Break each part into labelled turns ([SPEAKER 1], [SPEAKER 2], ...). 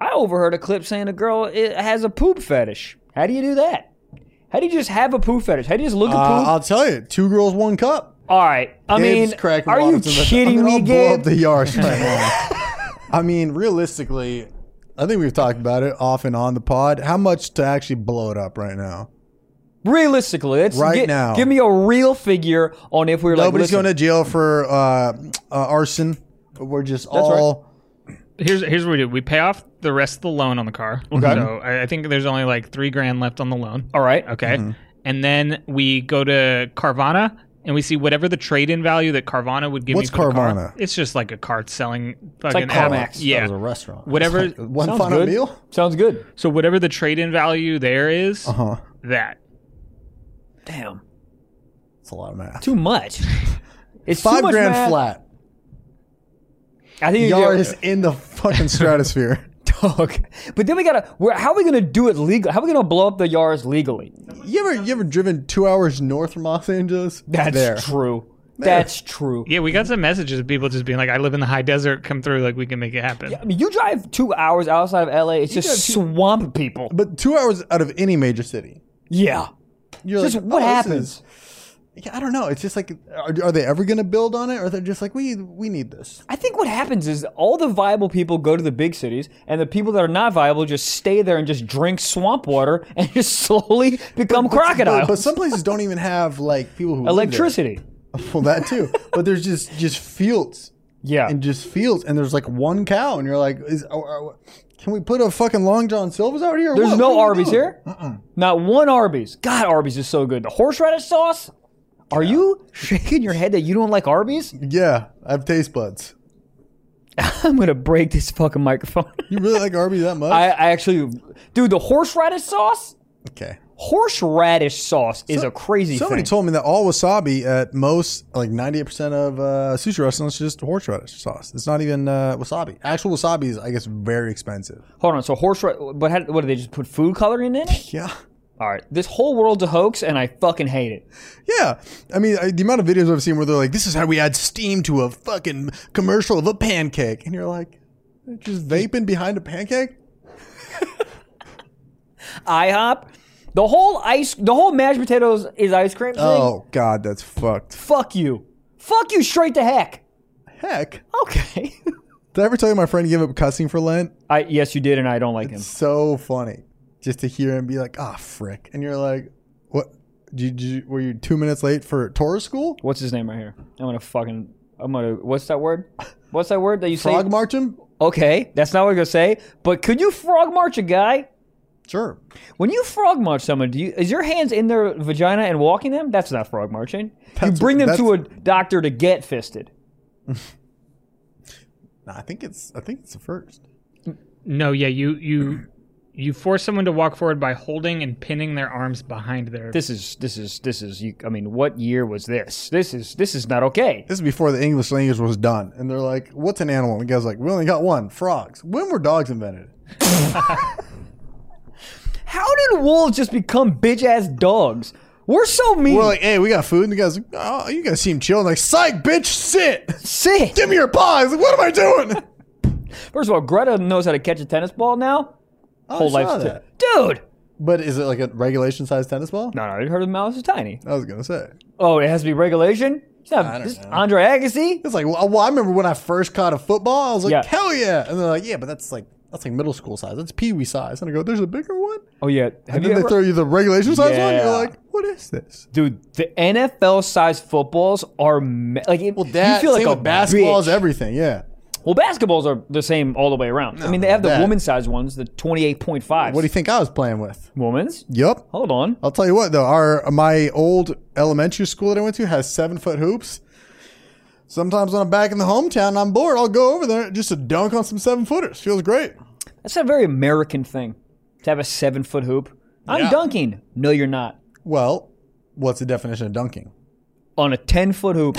[SPEAKER 1] I overheard a clip saying a girl i has a poop fetish. How do you do that? How do you just have a poop fetish? How do you just look at
[SPEAKER 2] Uh,
[SPEAKER 1] poop?
[SPEAKER 2] I'll tell you, two girls, one cup.
[SPEAKER 1] All right. I
[SPEAKER 2] Gabe's
[SPEAKER 1] mean,
[SPEAKER 2] cracking
[SPEAKER 1] are you
[SPEAKER 2] water to the-
[SPEAKER 1] kidding
[SPEAKER 2] I mean,
[SPEAKER 1] me,
[SPEAKER 2] I'll blow
[SPEAKER 1] Gabe?
[SPEAKER 2] up the Yaris right now. I mean, realistically, I think we've talked about it off and on the pod. How much to actually blow it up right now?
[SPEAKER 1] Realistically, let's
[SPEAKER 2] Right
[SPEAKER 1] gi-
[SPEAKER 2] now.
[SPEAKER 1] Give me a real figure on if we were
[SPEAKER 2] Nobody's
[SPEAKER 1] like,
[SPEAKER 2] going to jail for uh, uh, arson. We're just all
[SPEAKER 3] Here's here's what we do. We pay off the rest of the loan on the car. Okay. So I, I think there's only like three grand left on the loan.
[SPEAKER 1] All right.
[SPEAKER 3] Okay.
[SPEAKER 2] Mm-hmm.
[SPEAKER 3] And then we go to Carvana and we see whatever the trade in value that Carvana would give
[SPEAKER 2] What's
[SPEAKER 3] me. for the car.
[SPEAKER 2] Carvana?
[SPEAKER 3] It's just like a cart selling
[SPEAKER 1] like
[SPEAKER 3] fucking
[SPEAKER 1] CarMax.
[SPEAKER 3] app.
[SPEAKER 1] That
[SPEAKER 3] Yeah.
[SPEAKER 4] was a restaurant.
[SPEAKER 3] Whatever
[SPEAKER 2] one
[SPEAKER 1] Sounds
[SPEAKER 2] final
[SPEAKER 1] good.
[SPEAKER 2] meal.
[SPEAKER 1] Sounds good.
[SPEAKER 3] so whatever the trade in value there is,
[SPEAKER 2] Huh?
[SPEAKER 3] that.
[SPEAKER 1] Damn.
[SPEAKER 2] It's a lot of math.
[SPEAKER 1] Too much. It's too
[SPEAKER 2] Five
[SPEAKER 1] much
[SPEAKER 2] grand
[SPEAKER 1] math.
[SPEAKER 2] flat.
[SPEAKER 1] I think you-
[SPEAKER 2] Yaris in the fucking stratosphere.
[SPEAKER 1] dog. But then we gotta. We're, how are we gonna do it legally? How are we gonna blow up the Yaris legally?
[SPEAKER 2] You ever you ever driven two hours north from Los Angeles?
[SPEAKER 1] That's
[SPEAKER 2] there.
[SPEAKER 1] true. That's true.
[SPEAKER 3] Yeah, we got some messages of people just being like, I live in the high desert, come through, like we can make it happen.
[SPEAKER 1] I mean, you drive two hours outside of LA. It's just swamp people.
[SPEAKER 2] But two hours out of any major city.
[SPEAKER 1] Yeah.
[SPEAKER 2] You're
[SPEAKER 1] Just
[SPEAKER 2] like,
[SPEAKER 1] what
[SPEAKER 2] oh, this
[SPEAKER 1] happens?
[SPEAKER 2] is- yeah, I don't know. It's just like, are, are they ever going to build on it, or they're just like, we we need this?
[SPEAKER 1] I think what happens is all the viable people go to the big cities, and the people that are not viable just stay there and just drink swamp water and just slowly become crocodiles.
[SPEAKER 2] But, but some places don't even have like people who live there.
[SPEAKER 1] Electricity.
[SPEAKER 2] Well, that too. but there's just just fields
[SPEAKER 1] Yeah.
[SPEAKER 2] and just fields, and there's like one cow, and you're like, is, oh, oh, can we put a fucking Long John Silver's out here?
[SPEAKER 1] There's
[SPEAKER 2] What-
[SPEAKER 1] no
[SPEAKER 2] what are we
[SPEAKER 1] Arby's
[SPEAKER 2] doing? Uh-uh.
[SPEAKER 1] here. Not one Arby's. God, Arby's is so good. The horseradish sauce. Are you shaking your head that you don't like Arby's?
[SPEAKER 2] Yeah, I have taste buds.
[SPEAKER 1] I'm gonna break this fucking microphone.
[SPEAKER 2] You really like Arby's that much?
[SPEAKER 1] I, I actually, dude, the horseradish sauce.
[SPEAKER 2] okay.
[SPEAKER 1] Horseradish sauce is
[SPEAKER 2] So-
[SPEAKER 1] a crazy
[SPEAKER 2] Somebody
[SPEAKER 1] thing.
[SPEAKER 2] told me that all wasabi at most, like 98% of uh, sushi restaurants, is just horseradish sauce. It's not even uh, wasabi. Actual wasabi is, I guess, very expensive.
[SPEAKER 1] Hold on, so horseradish. But how, what did they just put food coloring in it?
[SPEAKER 2] Yeah.
[SPEAKER 1] All right, this whole world's a hoax, and I fucking hate it.
[SPEAKER 2] Yeah. I mean, I, the amount of videos I've seen where they're like, this is how we add steam to a fucking commercial of a pancake. And you're like, just vaping behind a pancake?
[SPEAKER 1] IHOP, the whole ice, the whole mashed potatoes is ice cream thing.
[SPEAKER 2] Oh, God, that's fucked.
[SPEAKER 1] Fuck you, fuck you straight to heck.
[SPEAKER 2] Heck.
[SPEAKER 1] Okay.
[SPEAKER 2] Did I ever tell you my friend gave up cussing for Lent?
[SPEAKER 1] I yes, you did, and I don't like him.
[SPEAKER 2] so funny just to hear him be like, ah, frick. And you're like, what? Did you, did you- were you two minutes late for Torah school?
[SPEAKER 1] What's his name right here? I'm gonna fucking. I'm gonna. What's that word? What's that word that you
[SPEAKER 2] Frog
[SPEAKER 1] say?
[SPEAKER 2] march him?
[SPEAKER 1] Okay, that's not what I'm gonna say. But could you frog march a guy?
[SPEAKER 2] Sure.
[SPEAKER 1] When you frog march someone, do you is your hands in their vagina and walking them? That's not frog marching. you
[SPEAKER 2] That's-
[SPEAKER 1] bring them to a
[SPEAKER 2] that's-
[SPEAKER 1] doctor to get fisted.
[SPEAKER 2] No, I think it's I think it's the first.
[SPEAKER 3] No, yeah, you you you force someone to walk forward by holding and pinning their arms behind their
[SPEAKER 1] This is this is this is. You, I mean, what year was this? This is this is not okay.
[SPEAKER 2] This is before the English language was done, and they're like, "What's an animal?" And the guy's like, "We only got one: frogs." When were dogs invented?
[SPEAKER 1] How did wolves just become bitch ass dogs? We're so mean.
[SPEAKER 2] We're like, "Hey, we got food," and the guy's like, "Oh, you guys seem chill." And like, "Psych, bitch, sit,
[SPEAKER 1] Sick.
[SPEAKER 2] give me your paw." He's like, "What am I doing?"
[SPEAKER 1] First of all, Greta knows how to catch a tennis ball now.
[SPEAKER 2] Oh, I
[SPEAKER 1] Whole
[SPEAKER 2] saw
[SPEAKER 1] life's
[SPEAKER 2] that.
[SPEAKER 1] dude.
[SPEAKER 2] But is it like a regulation sized tennis ball?
[SPEAKER 1] No, no, her mouth is tiny.
[SPEAKER 2] I was gonna say.
[SPEAKER 1] Oh, it has to be regulation. It's not
[SPEAKER 2] I don't
[SPEAKER 1] this is
[SPEAKER 2] know.
[SPEAKER 1] Andre Agassi.
[SPEAKER 2] It's like, well, well, I remember when I first caught a football, I was like,
[SPEAKER 1] Yeah.
[SPEAKER 2] hell yeah. And they're like, yeah, but that's like, that's like middle school size. That's pee wee size. And I go, there's a bigger one.
[SPEAKER 1] Oh yeah, have you
[SPEAKER 2] And then
[SPEAKER 1] ever,
[SPEAKER 2] they throw you the regulation size one.
[SPEAKER 1] Yeah.
[SPEAKER 2] You're like, what is this?
[SPEAKER 1] dude? The NFL size footballs are ma- like it,
[SPEAKER 2] Well, that,
[SPEAKER 1] you feel
[SPEAKER 2] same
[SPEAKER 1] like a
[SPEAKER 2] with basketball is
[SPEAKER 1] bitch.
[SPEAKER 2] everything. Yeah.
[SPEAKER 1] Well, basketballs are the same all the way around. I mean, they have the
[SPEAKER 2] that-
[SPEAKER 1] woman size ones, the twenty eight point five.
[SPEAKER 2] What do you think I was playing with?
[SPEAKER 1] Women's?
[SPEAKER 2] Yup.
[SPEAKER 1] Hold on.
[SPEAKER 2] I'll tell you what, though, our my old elementary school that I went to has seven foot hoops. Sometimes when I'm back in the hometown and I'm bored, I'll go over there just to dunk on some seven footers. Feels great.
[SPEAKER 1] That's a very American thing to have a seven foot hoop. I'm
[SPEAKER 2] Yeah.
[SPEAKER 1] dunking. No, you're not.
[SPEAKER 2] Well, what's the definition of dunking?
[SPEAKER 1] On a ten foot hoop.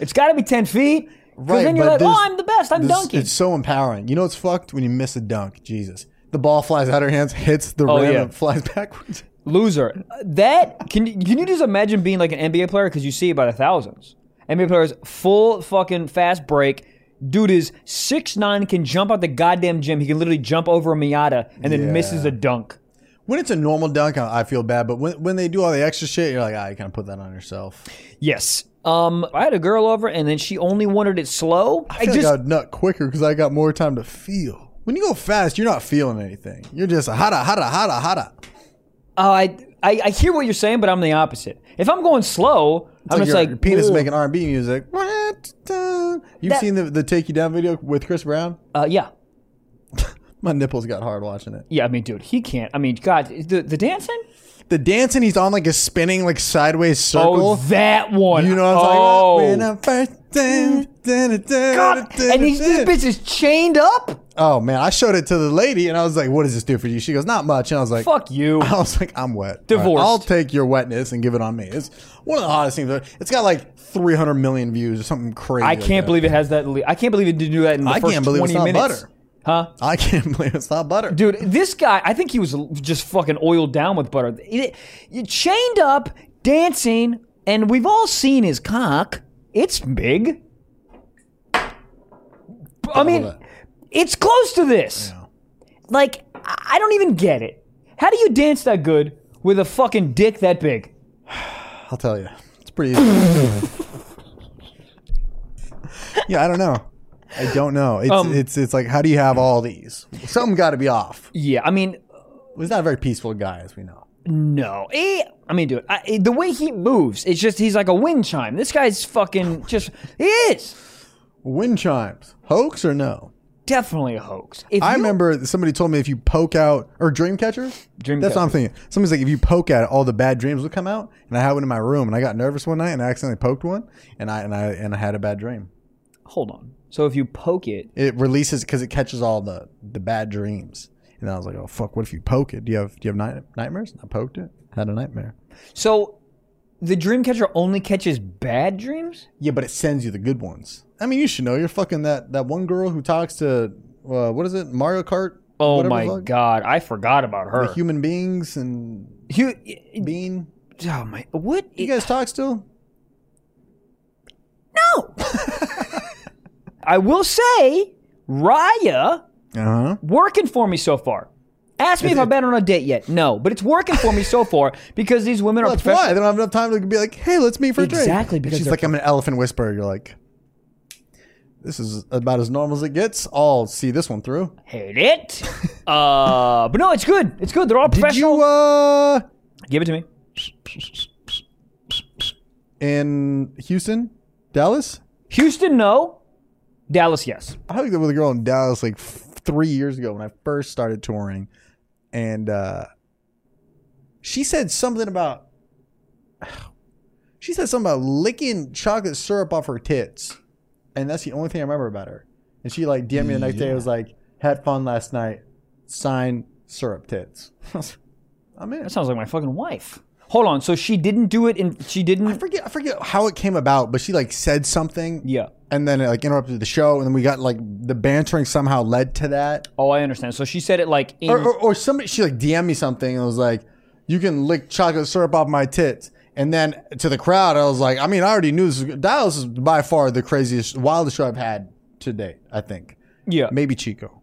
[SPEAKER 1] it's got to be ten feet. Because
[SPEAKER 2] Right,
[SPEAKER 1] then you're
[SPEAKER 2] but
[SPEAKER 1] like, oh,
[SPEAKER 2] there's-
[SPEAKER 1] I'm the best. I'm
[SPEAKER 2] This-
[SPEAKER 1] dunking.
[SPEAKER 2] It's so empowering. You know it's fucked when you miss a dunk. Jesus, the ball flies out of your hands, hits the rim,
[SPEAKER 1] Oh, yeah.
[SPEAKER 2] and flies backwards.
[SPEAKER 1] Loser. That can you, can you just imagine being like an NBA player because you see it by the thousands. NBA players full fucking fast break, Dude is six nine, can jump out the goddamn gym. He can literally jump over a Miata and then
[SPEAKER 2] Yeah.
[SPEAKER 1] misses a dunk.
[SPEAKER 2] When it's a normal dunk, I I feel bad. But when, when they do all the extra shit, you're like, ah, you kind of put that on yourself.
[SPEAKER 1] Yes. Um, I had a girl over, and then she only wanted it slow. I,
[SPEAKER 2] I feel
[SPEAKER 1] just
[SPEAKER 2] like I'd nut quicker because I got more time to feel. When you go fast, you're not feeling anything. You're just hada hada hada hada.
[SPEAKER 1] Oh, I, I I hear what you're saying, but I'm the opposite. If I'm going slow, I'm
[SPEAKER 2] Like
[SPEAKER 1] just
[SPEAKER 2] your,
[SPEAKER 1] like
[SPEAKER 2] your penis is
[SPEAKER 1] "Ugh."
[SPEAKER 2] making R&B music. You've
[SPEAKER 1] That-
[SPEAKER 2] seen the, the take you down video with Chris Brown.
[SPEAKER 1] Uh, yeah,
[SPEAKER 2] My nipples got hard watching it.
[SPEAKER 1] yeah. I mean, dude, he can't. I mean, God, the the dancing.
[SPEAKER 2] The dancing, he's on like a spinning like sideways
[SPEAKER 1] Oh,
[SPEAKER 2] circle.
[SPEAKER 1] that one.
[SPEAKER 2] you know what I'm
[SPEAKER 1] oh.
[SPEAKER 2] talking about? When I first danced, da- da- da-
[SPEAKER 1] God,
[SPEAKER 2] da-
[SPEAKER 1] and he's,
[SPEAKER 2] da-
[SPEAKER 1] this bitch is chained up.
[SPEAKER 2] Oh man, I showed it to the lady and I was like, "What does this do for you?" She goes, "Not much." And I was like,
[SPEAKER 1] Fuck you.
[SPEAKER 2] I was like, "I'm wet."
[SPEAKER 1] Divorced.
[SPEAKER 2] All right, I'll take your wetness and give it on me. It's one of the hottest things. ever. It's got like 300 million views or something crazy.
[SPEAKER 1] I
[SPEAKER 2] like
[SPEAKER 1] can't
[SPEAKER 2] that.
[SPEAKER 1] believe it has that. Le- I can't believe it didn't do that in the
[SPEAKER 2] I
[SPEAKER 1] first
[SPEAKER 2] can't believe
[SPEAKER 1] 20
[SPEAKER 2] it's not
[SPEAKER 1] minutes.
[SPEAKER 2] butter.
[SPEAKER 1] Huh?
[SPEAKER 2] I can't believe it's not butter.
[SPEAKER 1] Dude, this guy, I think he was l- just fucking oiled down with butter. It- you chained up, dancing, and we've all seen his cock. It's big. I mean,
[SPEAKER 2] that.
[SPEAKER 1] it's close to this. Like, I I don't even get it. How do you dance that good with a fucking dick that big?
[SPEAKER 2] I'll tell you, it's pretty. easy. yeah, I don't know. I don't know. It's
[SPEAKER 1] Um,
[SPEAKER 2] it's it's like, how do you have all these? Something got to be off.
[SPEAKER 1] Yeah, I mean,
[SPEAKER 2] He's not a very peaceful guy, as we know.
[SPEAKER 1] No, Eh, I mean, dude, I, eh, the way he moves, it's just he's like a wind chime. This guy's fucking just. He is
[SPEAKER 2] Wind chimes, hoax or no?
[SPEAKER 1] definitely a hoax. If
[SPEAKER 2] I
[SPEAKER 1] you-
[SPEAKER 2] remember somebody told me if you poke out or Dreamcatcher.
[SPEAKER 1] Dreamcatcher.
[SPEAKER 2] That's what I'm thinking. Somebody's like, if you poke at it, all the bad dreams will come out. And I had one in my room, and I got nervous one night, and I accidentally poked one, and I and I and I had a bad dream.
[SPEAKER 1] hold on. So if you poke it,
[SPEAKER 2] It releases because it catches all the the bad dreams. And I was like, oh fuck, what if you poke it? Do you have do you have night, nightmares? And I poked it, had a nightmare.
[SPEAKER 1] so the dream catcher only catches bad dreams.
[SPEAKER 2] Yeah, but it sends you the good ones. I mean, you should know. You're fucking that that one girl who talks to uh, what is it, Mario Kart?
[SPEAKER 1] Oh
[SPEAKER 2] Whatever
[SPEAKER 1] my
[SPEAKER 2] the fuck.
[SPEAKER 1] god, I forgot about her.
[SPEAKER 2] The human beings and
[SPEAKER 1] Hu- eh,
[SPEAKER 2] bean.
[SPEAKER 1] oh my, what?
[SPEAKER 2] You guys talk still?
[SPEAKER 1] no. I will say, Raya
[SPEAKER 2] Uh huh.
[SPEAKER 1] working for me so far. Ask me if I've been on a date yet. No, but it's working for me so far because these women are
[SPEAKER 2] That's
[SPEAKER 1] professional.
[SPEAKER 2] why they don't have enough time to be like, "Hey, let's meet for a drink."
[SPEAKER 1] Exactly,
[SPEAKER 2] And
[SPEAKER 1] because
[SPEAKER 2] she's
[SPEAKER 1] they're-
[SPEAKER 2] like, "I'm an elephant whisperer." You're like, "This is about as normal as it gets." I'll see this one through.
[SPEAKER 1] Hate it. uh, but no, it's good. It's good. They're all
[SPEAKER 2] Did
[SPEAKER 1] professional.
[SPEAKER 2] you uh
[SPEAKER 1] Give it to me.
[SPEAKER 2] in Houston, Dallas?
[SPEAKER 1] Houston, no. Dallas, yes.
[SPEAKER 2] I hooked up with a girl in Dallas like f- three years ago when I first started touring, and uh, she said something about she said something about licking chocolate syrup off her tits, and that's the only thing I remember about her. And she like DM'd me the next day. It was like, "Had fun last night. Sign syrup tits." I'm in.
[SPEAKER 1] That sounds like my fucking wife. Hold on. So she didn't do it, and she
[SPEAKER 2] I
[SPEAKER 1] didn't.
[SPEAKER 2] forget I forget how it came about, but she like said something.
[SPEAKER 1] Yeah.
[SPEAKER 2] And then it like interrupted the show, and then we got like the bantering somehow led to that.
[SPEAKER 1] Oh, I understand. So she said it like in.
[SPEAKER 2] or, or, or somebody she like DM'd me something and was like, "You can lick chocolate syrup off my tits." And then to the crowd, I was like, "I mean, I already knew this. Was, Dallas is by far the craziest, wildest show I've had to date. I think
[SPEAKER 1] yeah.
[SPEAKER 2] maybe Chico.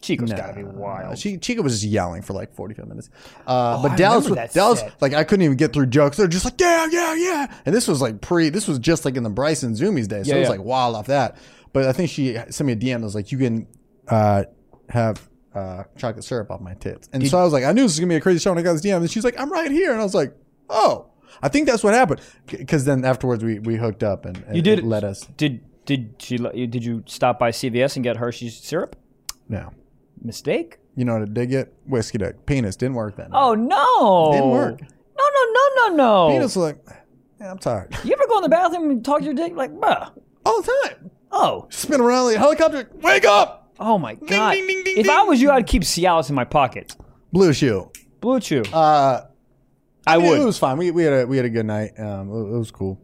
[SPEAKER 1] Chico's
[SPEAKER 2] No,
[SPEAKER 1] gotta be wild. Oh,
[SPEAKER 2] She, Chico was just yelling for like forty-five minutes. Uh,
[SPEAKER 1] I
[SPEAKER 2] but Dallas,
[SPEAKER 1] remember that
[SPEAKER 2] was, Dallas,
[SPEAKER 1] set.
[SPEAKER 2] like I couldn't even get through jokes. They're just like, "Yeah, yeah, yeah." And this was like pre. This was just like in the Bryson Zoomies day, so
[SPEAKER 1] Yeah,
[SPEAKER 2] it was
[SPEAKER 1] yeah.
[SPEAKER 2] like wild off that. But I think she sent me a DM that was like, "You can uh, have uh, chocolate syrup off my tits," and so I was like, "I knew this was gonna be a crazy show." And I got this DM, and she's like, "I'm right here," and I was like, "Oh." I think that's what happened, because then afterwards we, we hooked up and, and
[SPEAKER 1] you did
[SPEAKER 2] it let us
[SPEAKER 1] Did did she? let you- Did you stop by CVS and get Hershey's syrup?
[SPEAKER 2] no.
[SPEAKER 1] Mistake.
[SPEAKER 2] You know how to dig it whiskey dick penis didn't work then.
[SPEAKER 1] Oh no!
[SPEAKER 2] Didn't work.
[SPEAKER 1] No no no no no.
[SPEAKER 2] penis was like, "Yeah, I'm tired.
[SPEAKER 1] You ever go in the bathroom and talk to your dick like, bruh?
[SPEAKER 2] all the time.
[SPEAKER 1] Oh,
[SPEAKER 2] Spin around like a helicopter. Wake up!
[SPEAKER 1] oh my god!
[SPEAKER 2] ding, ding, ding,
[SPEAKER 1] if I was you, I'd keep Cialis in my pocket.
[SPEAKER 2] Blue shoe.
[SPEAKER 1] Blue Chew.
[SPEAKER 2] Uh,
[SPEAKER 1] I
[SPEAKER 2] It
[SPEAKER 1] would.
[SPEAKER 2] was fine. We, we had a we had a good night. Um, it, it was cool.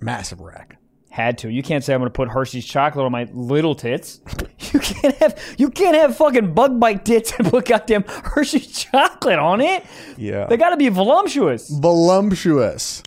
[SPEAKER 2] Massive rack.
[SPEAKER 1] Had to. You can't say I'm going to put Hershey's chocolate on my little tits. You can't have you can't have fucking bug bite tits and put goddamn Hershey's chocolate on it.
[SPEAKER 2] Yeah.
[SPEAKER 1] They got to be voluptuous.
[SPEAKER 2] Voluptuous.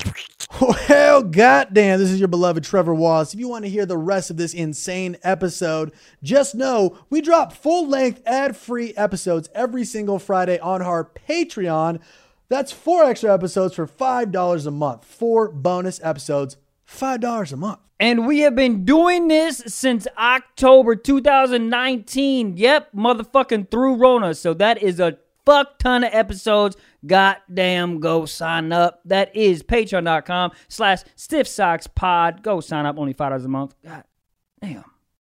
[SPEAKER 2] Well, goddamn, this is your beloved Trevor Wallace. If you want to hear the rest of this insane episode, just know we drop full length ad free episodes every single Friday on our Patreon. That's four extra episodes for $5 a month, four bonus episodes, $5 a month.
[SPEAKER 1] And we have been doing this since October 2019. Yep, motherfucking through Rona. So that is a fuck ton of episodes. Goddamn, go sign up. That is patreon.com slash stiff socks pod. Go sign up, only $5 a month. God damn.